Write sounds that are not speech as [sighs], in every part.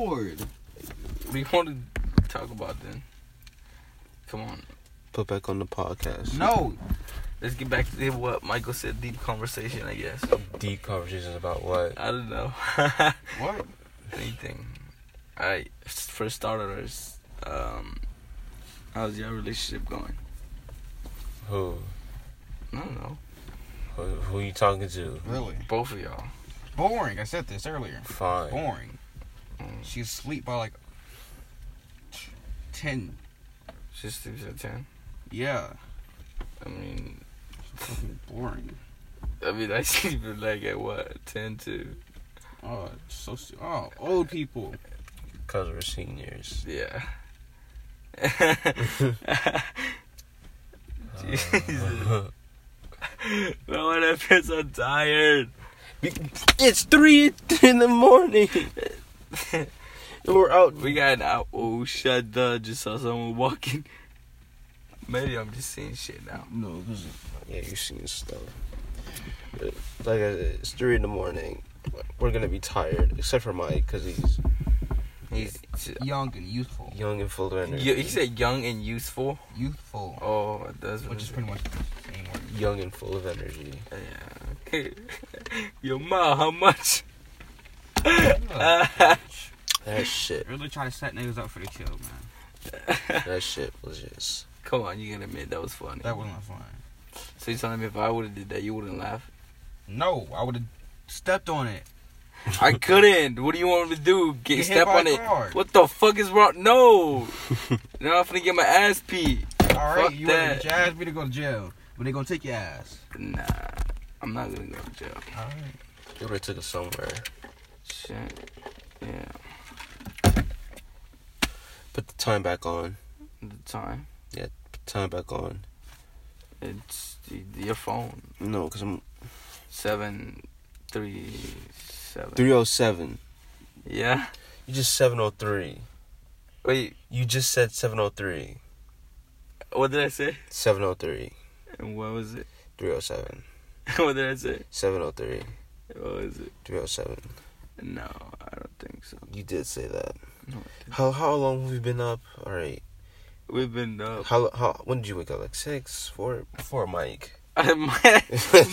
bored. We want to talk about then. Come on. Put back on the podcast. No. Let's get back to what Michael said. Deep conversation, I guess. Deep conversations about what? I don't know. [laughs] What? Anything. All right. For starters, um, how's your relationship going? Who? I don't know. Who, who you talking to? Really? Both of y'all. Boring. I said this earlier. Fine. Boring. Mm, She's asleep by like ten. She sleeps at ten. Yeah. I mean, Fucking boring. I mean, [laughs] I sleep at like at what ten to Oh, it's so stu- oh, old people. Because we're seniors. [laughs] yeah. Uh, Jesus. No, what if it's so tired? it's 3 in the morning. [laughs] And we're out. We got an out. Oh, shut the. Just saw someone walking. Maybe I'm just seeing shit now. No, because Yeah, you seen stuff. But Like I said, it's 3 in the morning. We're going to be tired. Except for Mike, because he's He's, young and youthful. young and full of energy. you, he said young and youthful. Youthful. Oh, that's what Which is pretty much the same word. young and full of energy. Yeah. [laughs] Yo, ma, how much? [laughs] Oh. That shit. Really trying to set niggas up for the kill, man. That shit was just. Come on, you gotta admit that was funny. That wasn't fun. so you telling me if I would have did that, you wouldn't laugh? No, I would have stepped on it. I couldn't. What do you want me to do? Get, Get hit step by on a it? car. What the fuck is wrong? No. [laughs] now I'm finna get my ass peed. All right, Fuck you want that. to jazz me to go to jail, but they gonna take your ass. Nah, I'm not gonna go to jail. All right. It would have took us somewhere. Shit. Yeah. Put the time back on. At the time, Put the time back on. it's y- your phone. No, because I'm Seven, three, seven. 307. Yeah. [laughs] You just 703. Wait. You just said 703. What did I say? 703. And what was it? [laughs] 307. what did I say? 703. What was it? 307. No, I don't think so. You did say that. No, I How how long have we been up? All right. We've been up. [laughs] How how when did you wake up? Like six, four, four, Mike. my, [laughs]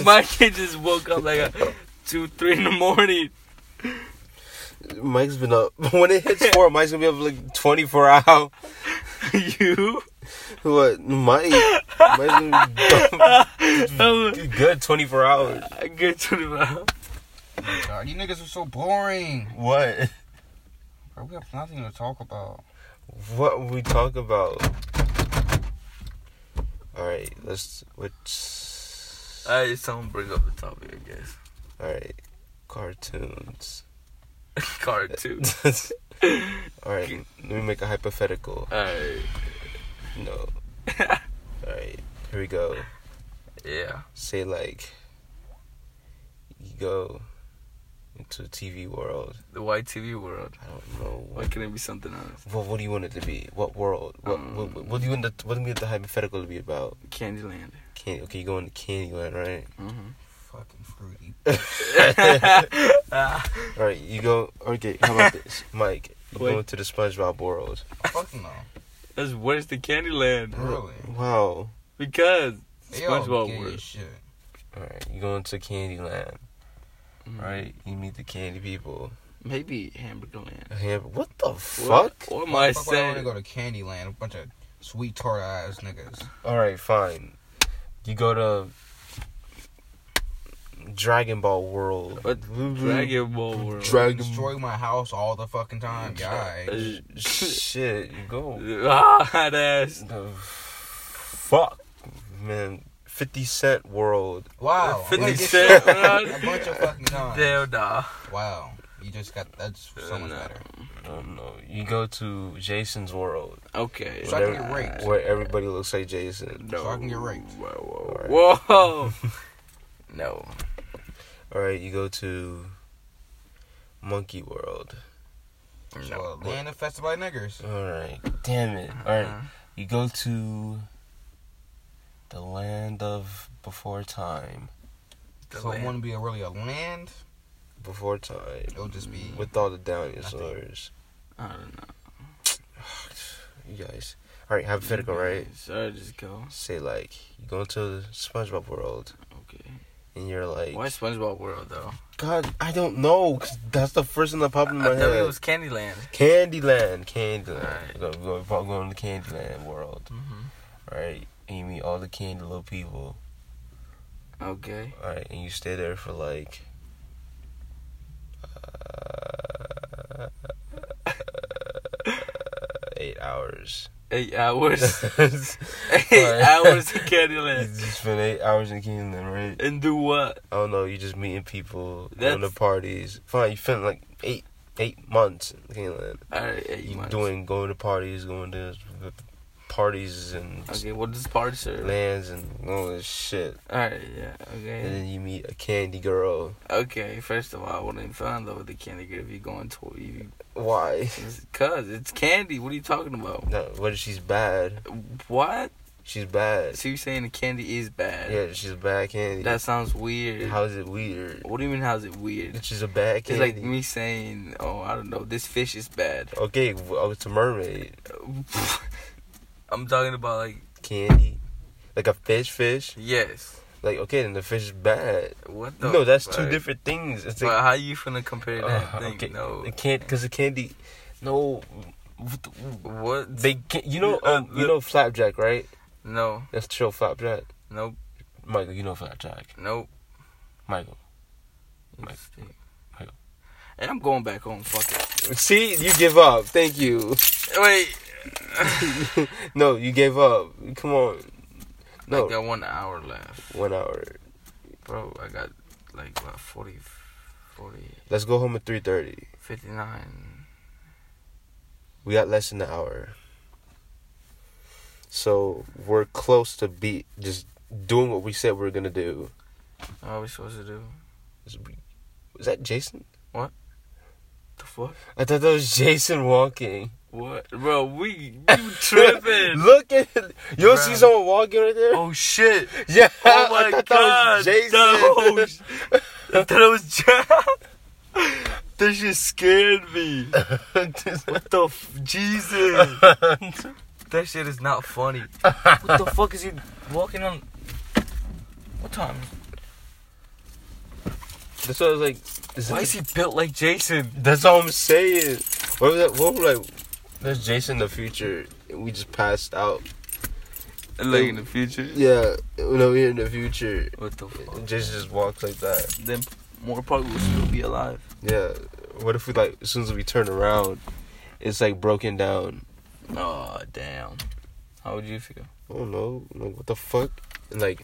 my kid just woke up like a two, three in the morning. [laughs] Mike's been up. [laughs] When it hits four, Mike's gonna be up like twenty four hours. [laughs] you? What Mike? Mike's gonna be up [laughs] I'm a good twenty four hours. a [laughs] good twenty-four hours. God, you niggas are so boring. What? Bro, we have nothing to talk about. What we talk about? All right. Let's which. All right, someone bring up the topic, I guess. [laughs] All right. Cartoons. [laughs] Cartoon. [laughs] All right. Let me make a hypothetical. All right. No. All right. Here we go. Yeah. Say like you go into the TV world. The YTV world. I don't know. Why What, can't it be something else? what, what do you want it to be? What world? What what, what, do you want the what do you want the hypothetical to be about? Candyland. Can okay, you go into Candyland, right? Mm-hmm. Fucking fruity. All right, you go. Okay, how [laughs] about this, Mike? You Wait. go into the SpongeBob world. Fuck no. That's where's the Candyland? [laughs] Really? Wow. Because They all SpongeBob gay as world. Shit. All right, you go into Candyland, Mm-hmm. right? You meet the candy people. mm, Maybe Hamburgerland. Ham- What the What, fuck? what am Fuck, why I I want to saying? go to Candyland. A bunch of sweet tart ass niggas. All right, fine. You go to Dragon Ball World. What? Dragon Ball world. Dragon- Destroy my house all the fucking time, guy. Shit, you go. [laughs] ah, that ass. The fuck, man. Fifty Cent World. Wow. I'm gonna 50 get [laughs] Cent. shot [laughs] A bunch of fucking times. Hell nah. Wow. You just got that's so much No. better. No, no. You go to Jason's World, Okay. So I can get raped. where everybody looks like Jason. No. So I can get raped. Whoa, whoa, Alright. [laughs] whoa. no. All right, you go to Monkey World. So, uh, land infested by niggers. All right, damn it. All right, Uh-huh. you go to the land of before time. The so it land. wouldn't be a, really a land. Before time. Mm. It'll just be with all the dinosaurs. I don't know. You guys. All right, hypothetical, right? So I just go. Say like you go into the SpongeBob world Okay. and you're like, Why SpongeBob World though? God, I don't know. 'cause that's the first thing that popped in [laughs] I my thought head. it was Candyland. Candyland, Candyland. Alright. We're going, we're probably going to Candyland world, Mm-hmm. right? And you meet all the candy little people, Okay. all right? And you stay there for like. uh, Eight [laughs] hours. Eight [laughs] hours. [laughs] Right. Eight hours [laughs] in You Candyland. just spend eight hours in Candyland, right? And do what? I don't know. You're just meeting people, going to That's- parties. Fine, you spent like eight eight months in Candyland. Alright, eight You months. doing going to parties, going to parties and Okay, what is party serve? lands and all this shit. Alright, yeah, And okay. then you meet a candy girl. Okay, first of all, I wouldn't fall in love with the candy girl if you're going to you. Why? Cause it's candy. What are you talking about? No, what if she's bad? What? She's bad. So you're saying the candy is bad? Yeah, she's bad candy. That sounds weird. How is it weird? what do you mean? How's it weird? She's a bad It's candy. like me saying, "Oh, I don't know, this fish is bad." [laughs] Okay, w- oh, it's a mermaid I'm talking about like candy, like a fish. Fish. yes. Like okay, then the fish is bad. What the? No, that's two fuck? different things. It's But like how you finna compare that uh, thing? okay, No. it can't because the candy. No, What? they can't. You know, Uh, um, you know flapjack, right? no. That's chill flapjack. Nope. Michael, you know flapjack. Nope. Michael. Mike. Mistake. Mike. And I'm going back home. Fuck it. See, you give up. Thank you. Wait. [laughs] no, you gave up. Come on. I No, got one hour left, one hour. bro. I got like what 40, 40 Let's go home at three thirty. 59. We got less than an hour, so we're close to be just doing what we said we are gonna do. What are we supposed to do? Is is that Jason? The fuck? I thought that was [laughs] Jason walking. What, bro? We you [laughs] tripping? Look at you don't see Bruh. someone walking right there. oh shit! [laughs] yeah. Oh [laughs] my I thought that god! was Jason. No, sh- [laughs] I thought it was Jack. This shit scared me. What the f- [laughs] Jesus? That shit is not funny. What [laughs] the fuck is he walking on? What time? That's what I was like. Is Why that- is he built like Jason? That's all I'm saying. What was that? What was like? There's Jason the future. and We just passed out. Like in the future? Yeah, when we're in the future, What the fuck? Jason just walks like that. Then more probably will still be alive. Yeah. What if we like as soon as we turn around, it's like broken down. Oh damn. How would you feel? I don't know. Like what the fuck? And like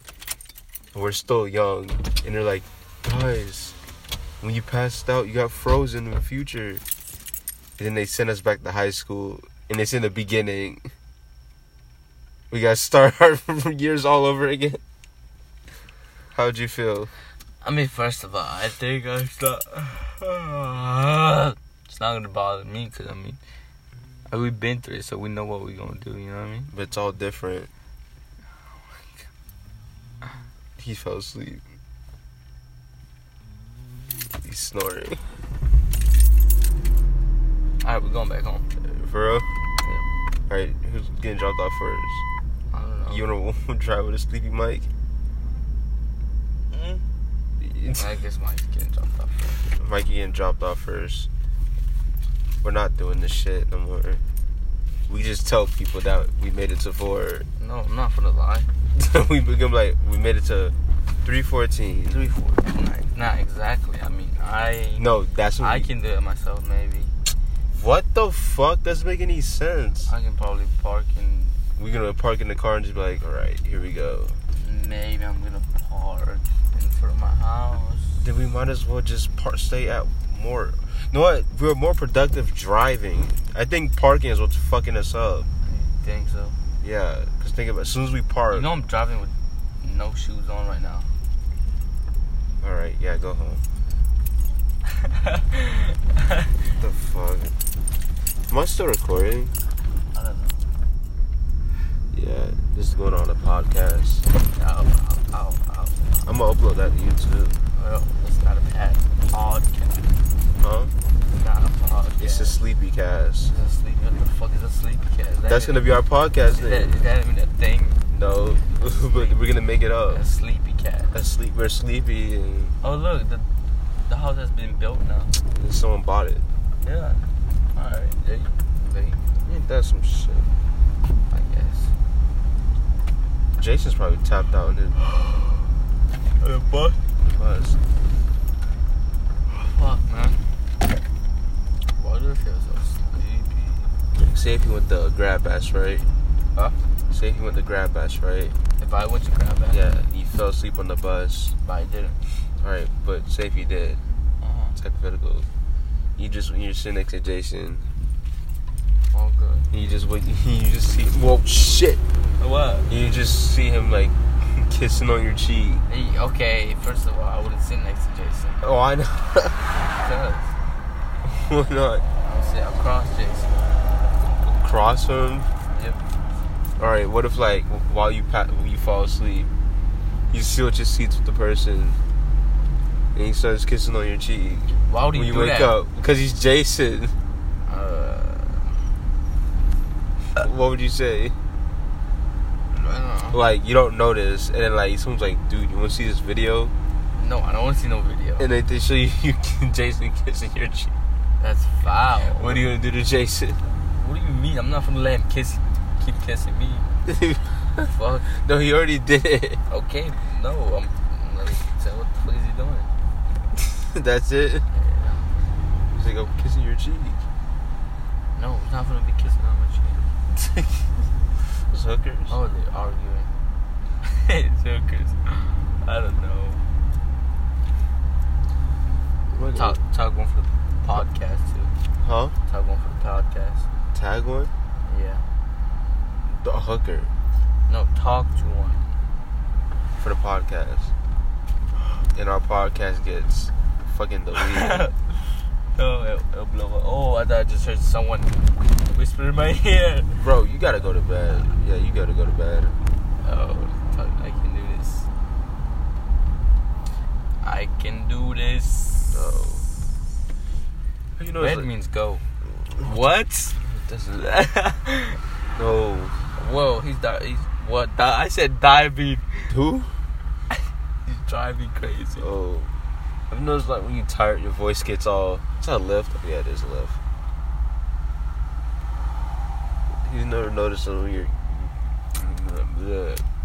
we're still young, and they're like, guys, when you passed out, you got frozen in the future. And then they send us back to high school, and it's in the beginning. We gotta start [laughs] our years all over again. How'd you feel? I mean, first of all, I think I start. [sighs] it's not gonna bother me because I mean, we've been through it, so we know what we're gonna do. You know what I mean? But it's all different. He fell asleep. He's snoring. All right, we're going back home. For real? Alright, who's getting dropped off first? I don't know. You wanna [laughs] drive with a sleepy mic? Mm. It's, [laughs] I guess my skin jumped off. Mikey getting dropped off first. We're not doing this shit no more. We just tell people that we made it to four. [laughs] No, I'm not gonna lie. we become like we made it to three fourteen. Three, four, nine. Not exactly. I mean, I. No, that's when I we- can do it myself. Maybe What the fuck? Doesn't make any sense. I can probably park and We're gonna park in the car and just be like, all right, here we go. maybe I'm gonna park in front of my house. Then we might as well just par- stay at more. You know what? We're more productive driving. I think parking is what's fucking us up. You think so? Yeah, cause think about as soon as we park. You know I'm driving with no shoes on right [laughs] now. all right, yeah, go home. What the fuck? Am I still recording? I don't know. Yeah, this is going on a podcast. Ow, ow, ow, ow. I'm gonna upload that to YouTube. Well, it's not a pad. Podcast. Huh? Not a podcast. It's a sleepy cast. That's gonna be our Is podcast that, [laughs] name. is that even a thing? No, [laughs] but we're gonna make it up. A sleepy cat. I sleep. We're sleepy, and Oh look, the the house has been built now. someone bought it. Yeah. All right. There you, there you, Ain't that some shit? I guess. Jason's probably tapped out in his but bus. fuck, man. Why do I feel so sleepy? Say if he went to grab ass, right? Huh? Say if he went to grab ass, right? If I went to grab that, Yeah, you fell asleep on the bus. but I didn't. All right, but say if you did, Uh-huh. it's hypothetical. You just you're sitting next to Jason. All good. And you just wait. [laughs] You just see. Whoa, shit! What? You just see him like [laughs] kissing on your cheek. Hey, okay, first of all, I wouldn't sit next to Jason. Oh, I know. [laughs] Because Why not? I would sit across Jason. Cross him. Yep. All right. What if like while you pa- you fall asleep, you switch your seats with the person, and he starts kissing on your cheek Why would he when you do wake that? up because he's Jason. [laughs] Uh, What would you say? I don't know. Like you don't notice, and then like someone's like, "Dude, you want to see this video?" No, I don't want to see no video. And they, they show [laughs] you, you Jason kissing your cheek. That's foul. What are you gonna do to Jason? [laughs] What do you mean? I'm not gonna let him kiss, keep kissing me. [laughs] Fuck. no, he already did it. [laughs] Okay, no. I'm. Like, so what the fuck is he doing? That's it. Yeah. He's like, "I'm kissing your cheek." No, he's not gonna be kissing on my cheek. Those hookers. Oh, they're arguing. [laughs] Jokers. I don't know. What- Talk, talk one for the podcast too. Huh? Talk one for the podcast. Tag one. Yeah. The hooker No, talk to one. for the podcast, and our podcast gets fucking [laughs] deleted. [laughs] No, it'll, it'll blow up. Oh, I thought I just heard someone whisper in my [laughs] ear. Bro, you gotta go to bed. Yeah, you gotta go to bed. Oh, fuck, I can do this. I can do this. No. Oh. You know, Red means go. What? [laughs] no. Whoa, he's di- he's what? Di- I said diving. Who? [laughs] He's driving crazy. Oh, I've noticed like when you tired, your voice gets all. It's not a lift. Yeah, it is a lift. You never noticed that when you're. Blah,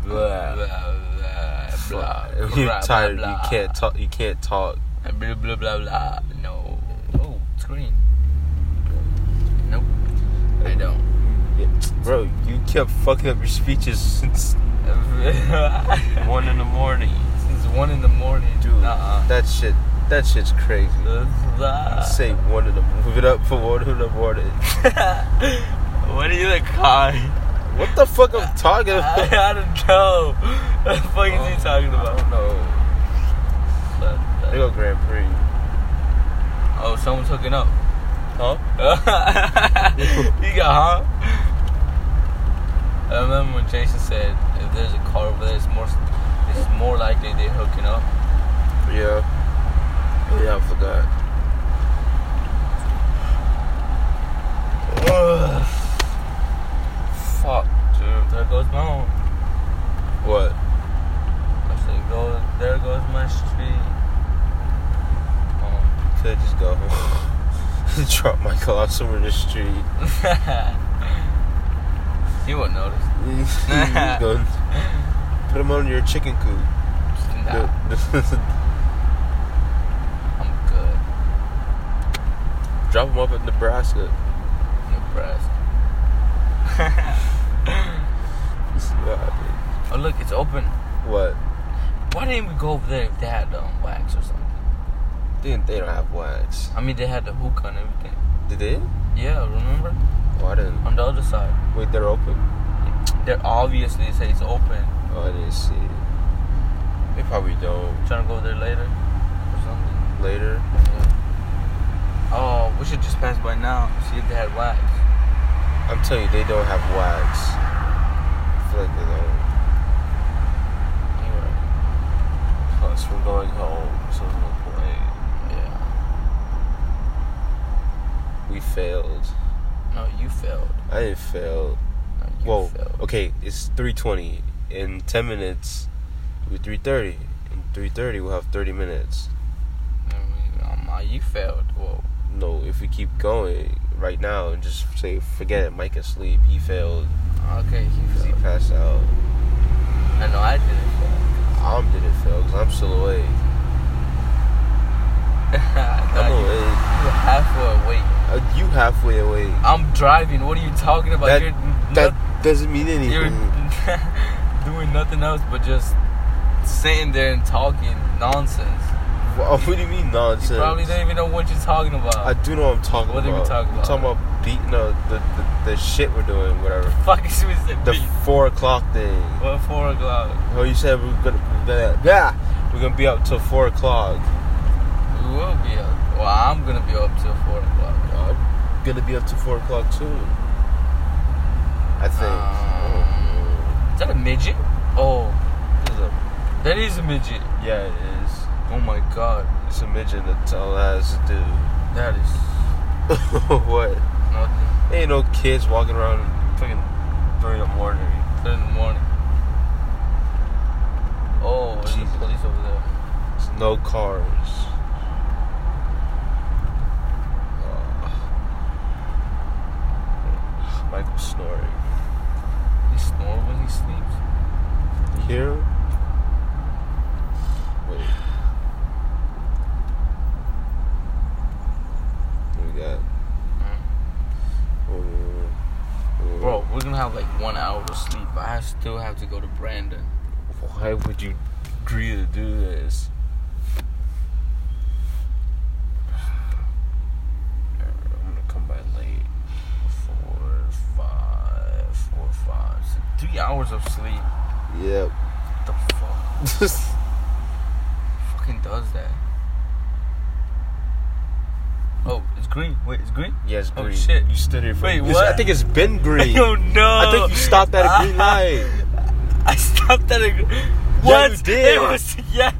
Blah, blah, blah, blah. When blah, [laughs] you're blah, tired. blah. You can't talk. You can't talk. Blah blah blah blah. No. Oh, screen. Nope. I don't. Yeah, Bro, you kept fucking up your speeches since [laughs] one in the morning. Since one in the morning, Dude, [laughs] Nah. that shit, that shit's crazy. Say one in the [laughs] move it up for one in the morning. what are you the [laughs] car? What the fuck I'm talking I, [laughs] about? I don't know. What the Oh. fuck is he talking [laughs] I about? don't know. They go Grand Prix. Oh, someone's hooking up. Huh? [laughs] you got huh? I remember when Jason said, if there's a car over there, it's more, it's more likely they're hooking up. Yeah. Yeah, I forgot. [sighs] Ugh. Fuck, dude. There goes my home. What? I said, go, there goes my street. [laughs] Oh. Could I just go home? [laughs] Drop my car somewhere in the street. [laughs] you won't notice. Gun. Put him on your chicken coop. Nah, I'm good. [laughs] Drop him off at Nebraska. I'm impressed. This is what happened. Oh, look, it's open. What? Why didn't we go over there if they had um, wax or something? They, they don't have wax. I mean, they had the hookah and everything. Did they? Yeah, remember? Oh, I didn't. On the other side. Wait, they're open? They obviously say it's open. Oh, I didn't see it. They probably don't. trying to go there later or something. Later. Oh, we should just pass by now. See if they had wax. I'm telling you, they don't have wax. I feel like they don't. Anyway, Plus, we're going home, so there's no point. yeah. We failed. No, you failed. I didn't fail. Whoa. So- Okay, it's three twenty. In ten minutes, we three thirty. In three thirty, we'll have thirty minutes. Um, uh, you failed. Whoa. No, if we keep going right now and just say forget it, Mike asleep. He failed. Okay, you 'cause he failed. passed out. I know I didn't [laughs] fail. I'm didn't fail because I'm still awake. I'm I'm you, awake. you halfway awake. Uh, you halfway awake. I'm driving. What are you talking about? That- you're not- That doesn't mean you're anything. [laughs] doing nothing else but just sitting there and talking nonsense. Wha- What do you mean nonsense? You probably don't even know what you're talking about. I do know what I'm talking What about. are we talking I'm talking about? about beating no, the, the the shit we're doing, whatever. [laughs] Fuck is with the The beat? four o'clock thing. What four o'clock? Oh, you said we're gonna blah, blah, we're gonna be up till four o'clock. We will be up. Well, I'm gonna be up till four o'clock. I'm gonna be up till four o'clock too. I think. Uh, Um, Is that a midget? Oh, Oh, this is a- that is a midget. yeah, it is. Oh my god, It's a midget that tell us to do. that is [laughs] what? nothing. Ain't no kids walking around fucking three in the morning. Three in the morning. Oh, there's Jesus. a police over there. There's no cars. Michael snoring. He snore when he sleeps. You hear him? Wait. What we got? Whoa, whoa, whoa. Whoa. Bro, we're gonna have like one hour of sleep. I still have to go to Brandon. why would you agree to do this? I'm gonna come by late. Four, five, four, five, six, three hours of sleep. Yep. What the fuck? [laughs] Fucking does that? Oh, it's green. Wait, it's green. [laughs] yes, Oh, green. shit. You stood here for Wait, It's- what? I think it's been [laughs] green. Oh no! I think you stopped at a [laughs] [laughs] green light. I stopped at a. gr- What? you did. It was [laughs] yeah.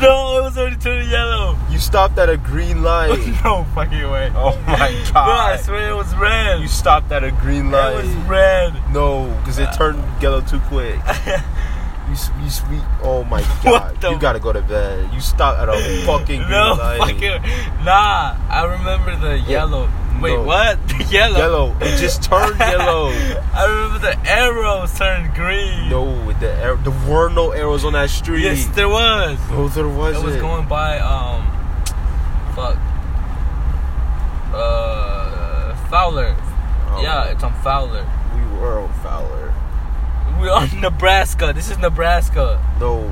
No, it was already turning yellow. [laughs] You stopped at a green light. no fucking way. oh [laughs] Bro, my I god. swear it was red. you stopped at a green it light. was red. No, because it turned yellow too [laughs] quick. You, s- you, s- we- oh my god. the- You gotta go to bed. You stopped at a fucking green [laughs] No [laughs] light. fucking nah. I remember the yellow. Wait, No. what? [laughs] The yellow. Yellow. It just [laughs] turned yellow. I remember the arrows turned green. no, the arrow, there were no arrows on that street. Yes, there was. no, there It wasn't. was going by um, fuck. Uh, Fowler. Oh, Yeah, it's on Fowler. we were on Fowler. We're on Nebraska. This is Nebraska. No,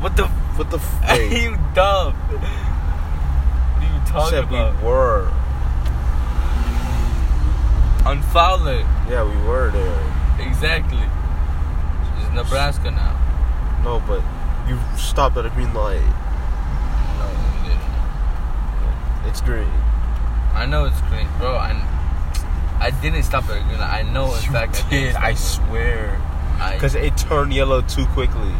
What the? what the f- [laughs] Are wait, you dumb? What are you you talking said about? we were. On Fowler. Yeah, we were there. Exactly. It's Nebraska now. No, but you stopped at a green light. No, we didn't. It's green. I know it's green, bro. I, I didn't stop at a green light. I know, in fact, I did. I swear. I, Because it turned yellow too quickly.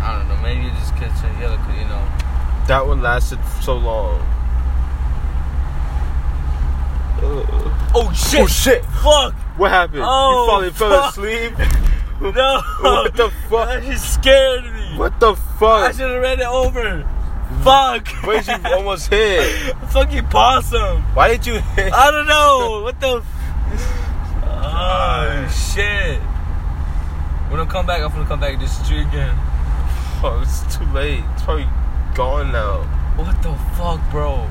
I don't know. Maybe it just gets together, cause you know. That one lasted so long. Ugh. Oh shit! Oh shit! Fuck! What happened? Oh, you finally fell fuck. [laughs] Oh, asleep? No! What the [laughs] That fuck? just scared me. What the I fuck? should have ran it over. Fuck! Why did [laughs] you almost hit? Fucking possum. Why did you hit? [laughs] I don't know. What the? F- [laughs] oh shit! When I come back, I'm gonna come back to the street again. Oh, it's too late. It's probably gone now. [laughs] What the fuck, bro?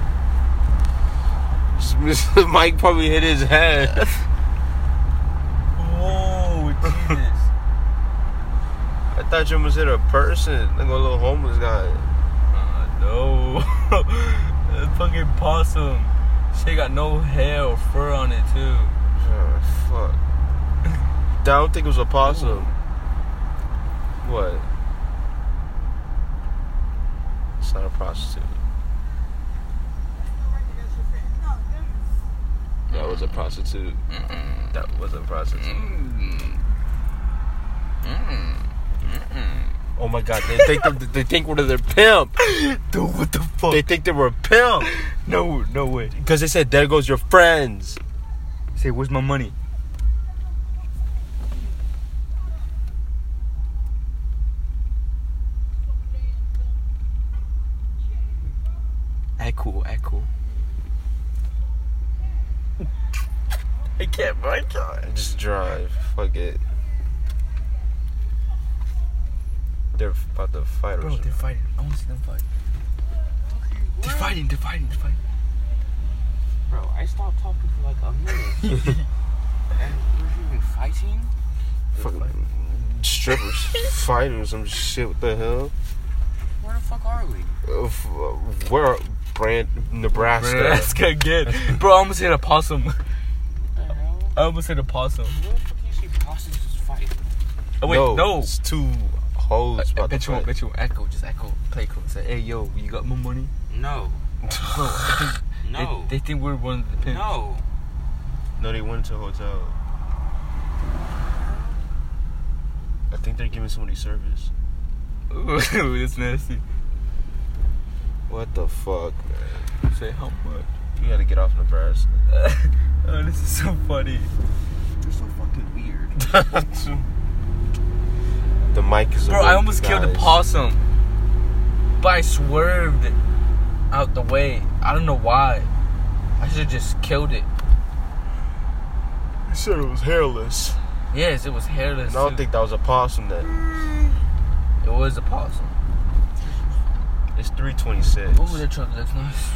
Mike probably hit [laughs] his head. Whoa, Jesus. I thought you almost hit a person, like a little homeless guy. Uh, no. [laughs] that fucking possum. She got no hair or fur on it, too. Oh, fuck. I don't think it was a possum. What? It's not a prostitute. That was a prostitute. That was a prostitute. Oh my god, they think they, they think we're their pimp. [laughs] Dude, what the fuck? They think they were a pimp no, no way. because they said, "There goes your friends." Say, where's my money? I can't. I can't. Just drive. Fuck it. They're about to fight or Bro, something. they're fighting. I want to see them fight. They're fighting. They're fighting. They're fighting. Bro, I stopped talking for like a minute. and we're even fighting? Fucking strippers [laughs] fighting or some shit. What the hell? Where the fuck are we? Uh, f- uh, Where? Brand Nebraska. Nebraska again, bro. I almost hit a possum. What the hell? I almost hit a possum. Where the fuck do you see prostitutes fight? Oh wait, no. It's two hoes I about to bet you won't. fight. Bet you won't. Echo, just echo. Play cool. Say, hey yo, you got more money? No. Bro, I [sighs] think No. They, they think we're one of the pimps. no. No, they went to a hotel. I think they're giving somebody service. [laughs] Ooh, that's nasty. What the fuck, man? Say how much? You gotta get off Nebraska. oh, this is so funny. They're so fucking weird. [laughs] The mic is. Bro, awake, I almost killed a guys. possum. But I swerved out the way. I don't know why. I should have just killed it. You said it was hairless. Yes, it was hairless. And I don't too. think that was a possum. Then it was a possum. it's three twenty-six. Ooh, that truck looks nice.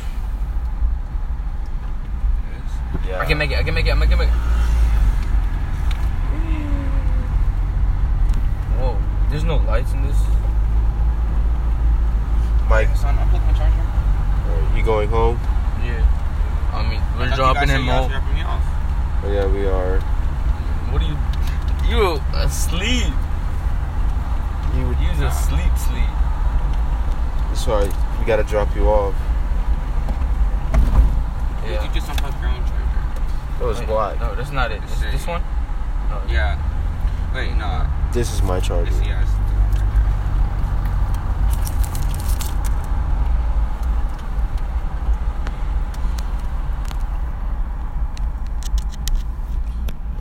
Yeah. I can make it. I can make it. I can make it. Whoa, there's no lights in this. Mike, Son, I plugged my charger. you going home? Yeah. I mean, I thought we're you guys dropping said him you guys off. dropping me off. Oh, yeah, we are. What are you? You asleep? You would. You's asleep, sleep. That's why we gotta drop you off. Did you just unplug your own charger? That was Wait, black. No, that's not it. This, This this is- one? No. Yeah. Wait, no. This is my charger. This, yeah, it's-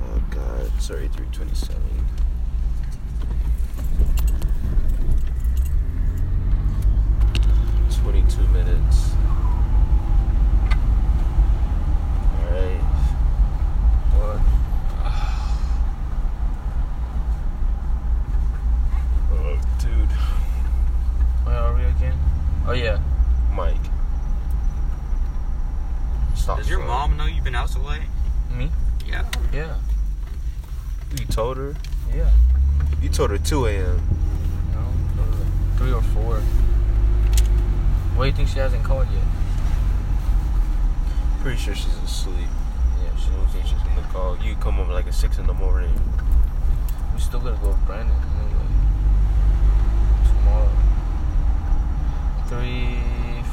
Oh God, sorry, three twenty-seven. Twenty-two minutes. All right. What? Oh, dude, Where are we again? Oh yeah. Mike. Stop. Does your throwing. mom know you've been out so late? Me? Yeah. Yeah. You told her. Yeah. You told her two a.m. No. uh, Three or four. Why do you think she hasn't called yet? Pretty sure she's asleep. Yeah, She don't think she's gonna call. You come over like at six in the morning. We still gotta go with Brandon anyway. Tomorrow. Three,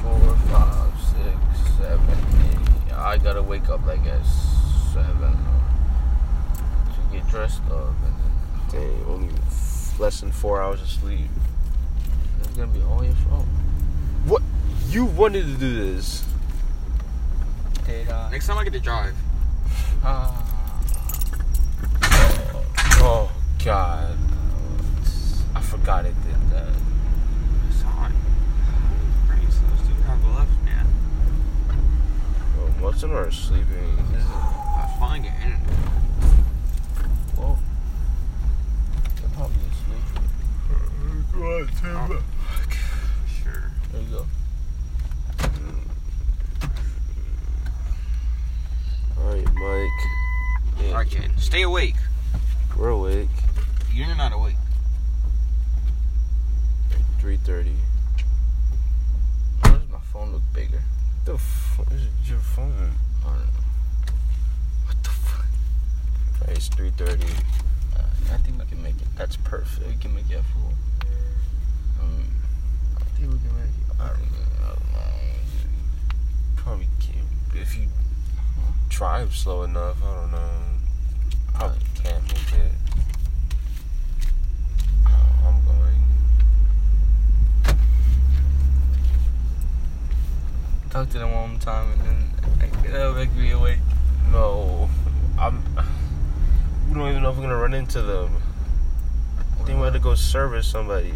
four, five, six, seven, eight. I gotta wake up like at seven uh, to get dressed up and then Dang, only f- less than four hours of sleep. it's gonna be all your fault. What? You wanted to do this. Did I? Next time I get to drive. Oh God, I forgot it did that. Son, how many brain cells do you have left, man? Bro, most of them are sleeping. I finally get internet. Well, they're probably asleep. Sure. There you go. All right, Mike. Yeah, Alright, kid. Stay awake. We're awake. You're not awake. Three thirty. Why does my phone look bigger? The f- is it your phone? I don't know. What the fuck? Alright, it's three thirty. Uh, I think we can make it. That's We perfect. can make it at four. Um, I think we can make it. I don't know. I don't know. Probably can't if you drive slow enough. I don't know. Probably can't make it. Oh, I'm going. Talk to them one time and then that'll make me awake. No, I'm. We don't even know if we're gonna run into them. I think we had to go service somebody.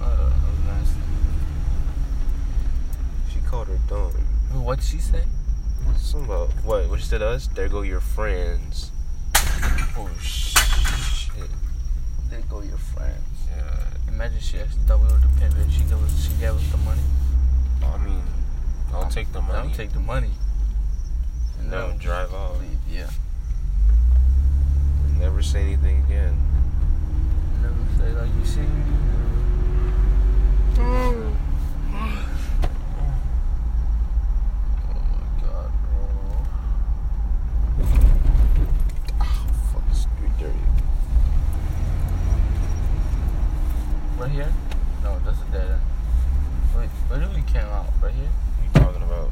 Uh, that was nice. She called her dumb. Wait, What'd she say? uh, Something about what? What she said to us? There go your friends. Oh shit. There go your friends. Yeah, Imagine she actually thought we were dependent. She gave us, she gave us the money. I mean, I'll take the money. Don't take the money. And No, then drive off. leave. Yeah. Never say anything again. Never say like you see. Oh my god, bro. Oh, Fuck, it's street dirty. Right here? No, that's a dead end. Wait, where did we came out? Right here? What you talking about?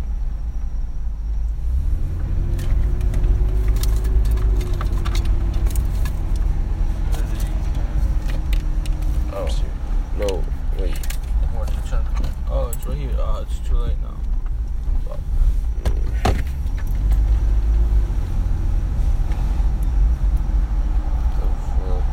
Where did we Oh, no, wait. come? Where did we turn? Oh, it's right here. Oh, it's too late now. Fuck. The fuck?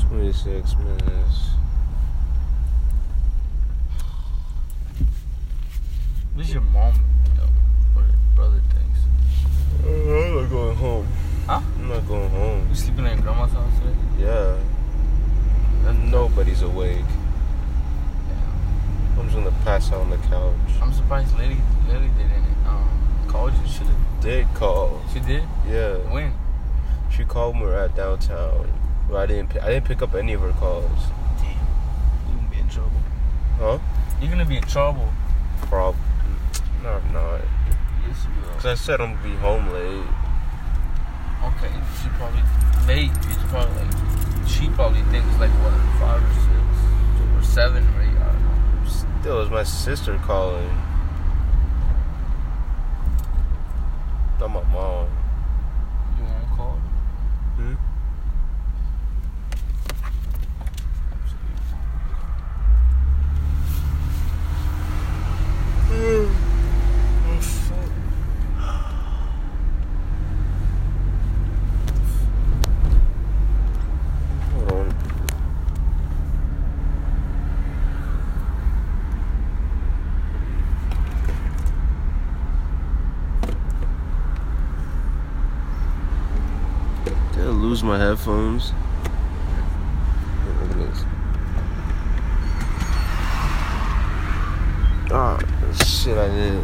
Twenty-six minutes. This is your mom, though. What your brother thinks. Uh, I'm not going home. Huh? I'm not going home. You sleeping at grandma's house today? Yeah. And nobody's awake. Yeah. I'm just gonna pass out on the couch. I'm surprised Lily, Lily didn't um, call you. Should have. Did call. She did? Yeah. When? She called when we were at downtown. But I didn't. pi- I didn't pick up any of her calls. Damn. You're gonna be in trouble. Huh? You're gonna be in trouble. Prob. No, I'm not. Yes, you Cause I said I'm gonna be home late. Okay, she probably late. She's probably like, she probably thinks like what five or six or seven or eight. I don't know. Still, it's my sister calling. Not my mom. You want to call? Hmm? Hold on. Did I lose my headphones? Here, Look at this. Ah, shit, I did.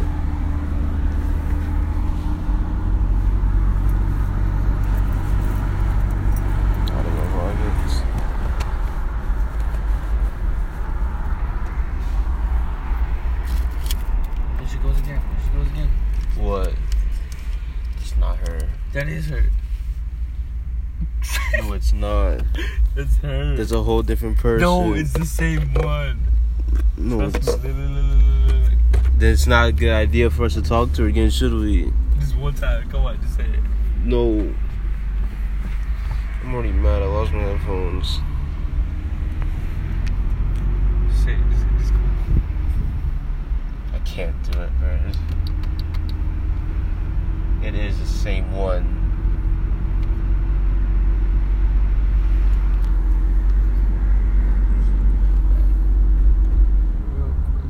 I don't know why I did this. There she goes again. There she goes again. What? It's not her. That is her. No, it's not. It's her. There's a whole different person. no, it's the same one. no. That's It's, li- li- li- li- li- li- li- that's not a good idea for us to talk to her again, should we? Just one time. Come on, just say it. No. I'm already mad. I lost my headphones. Just say it. Just, just go. I can't do it, bro. It is the same one. Real quick.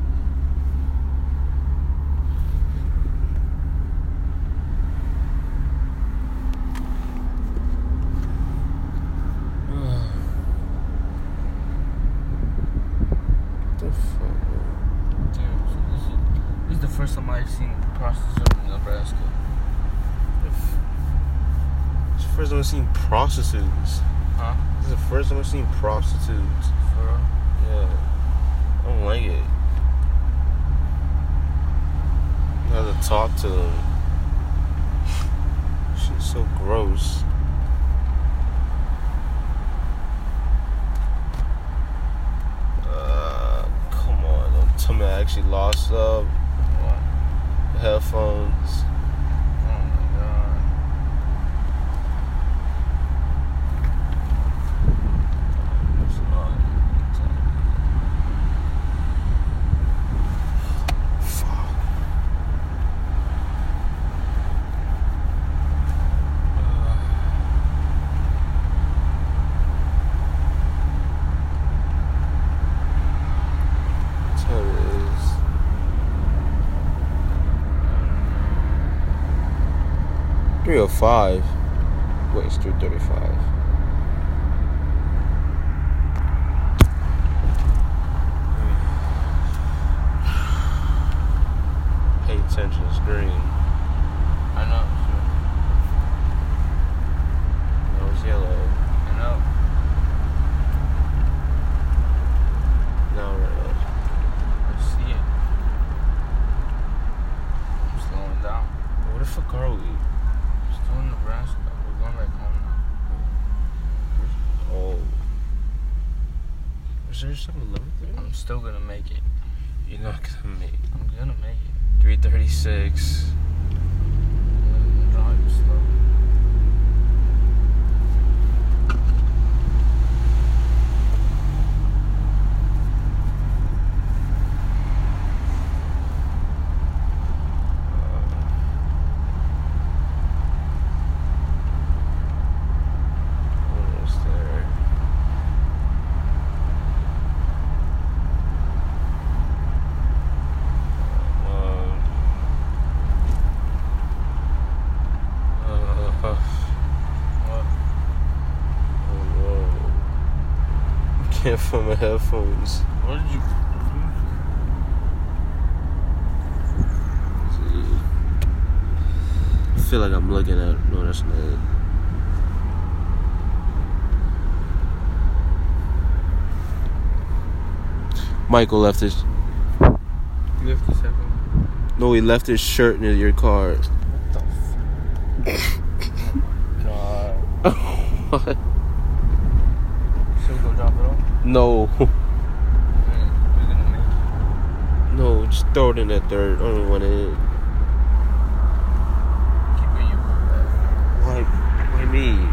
What the fuck, bro? Damn, so this is this is the first time I've seen prostitutes in Nebraska. It's the first time I've seen prostitutes. Huh? This is the first time I've seen prostitutes. For real. Yeah. I don't like it. I have to talk to them. [laughs] Shit's so gross. Uh, come on, don't tell me I actually lost uh, What? headphones. Oh my god. That's a lot. 305. Wait, it's 335. Pay attention to the screen. I know. sure. That was yellow. I know. Now red. I see it. I'm slowing down. Where the fuck are we? I'm still in Nebraska. We're going back home now. Oh. Is there 7 Eleven there? I'm still gonna make it. You're not gonna make I'm gonna make it. 336. I'm gonna drive slow. Almost there. Um, uh, What? oh no. Can't find my headphones. What did you? I feel like I'm looking at no, that's not it. Michael left his You left the second. no, he left his shirt near your car. Oh God. [laughs] Should we go drop it off? no, [laughs] We're gonna make it. no, just throw it in that dirt. I don't want it. Keep it in your back. Why, why me?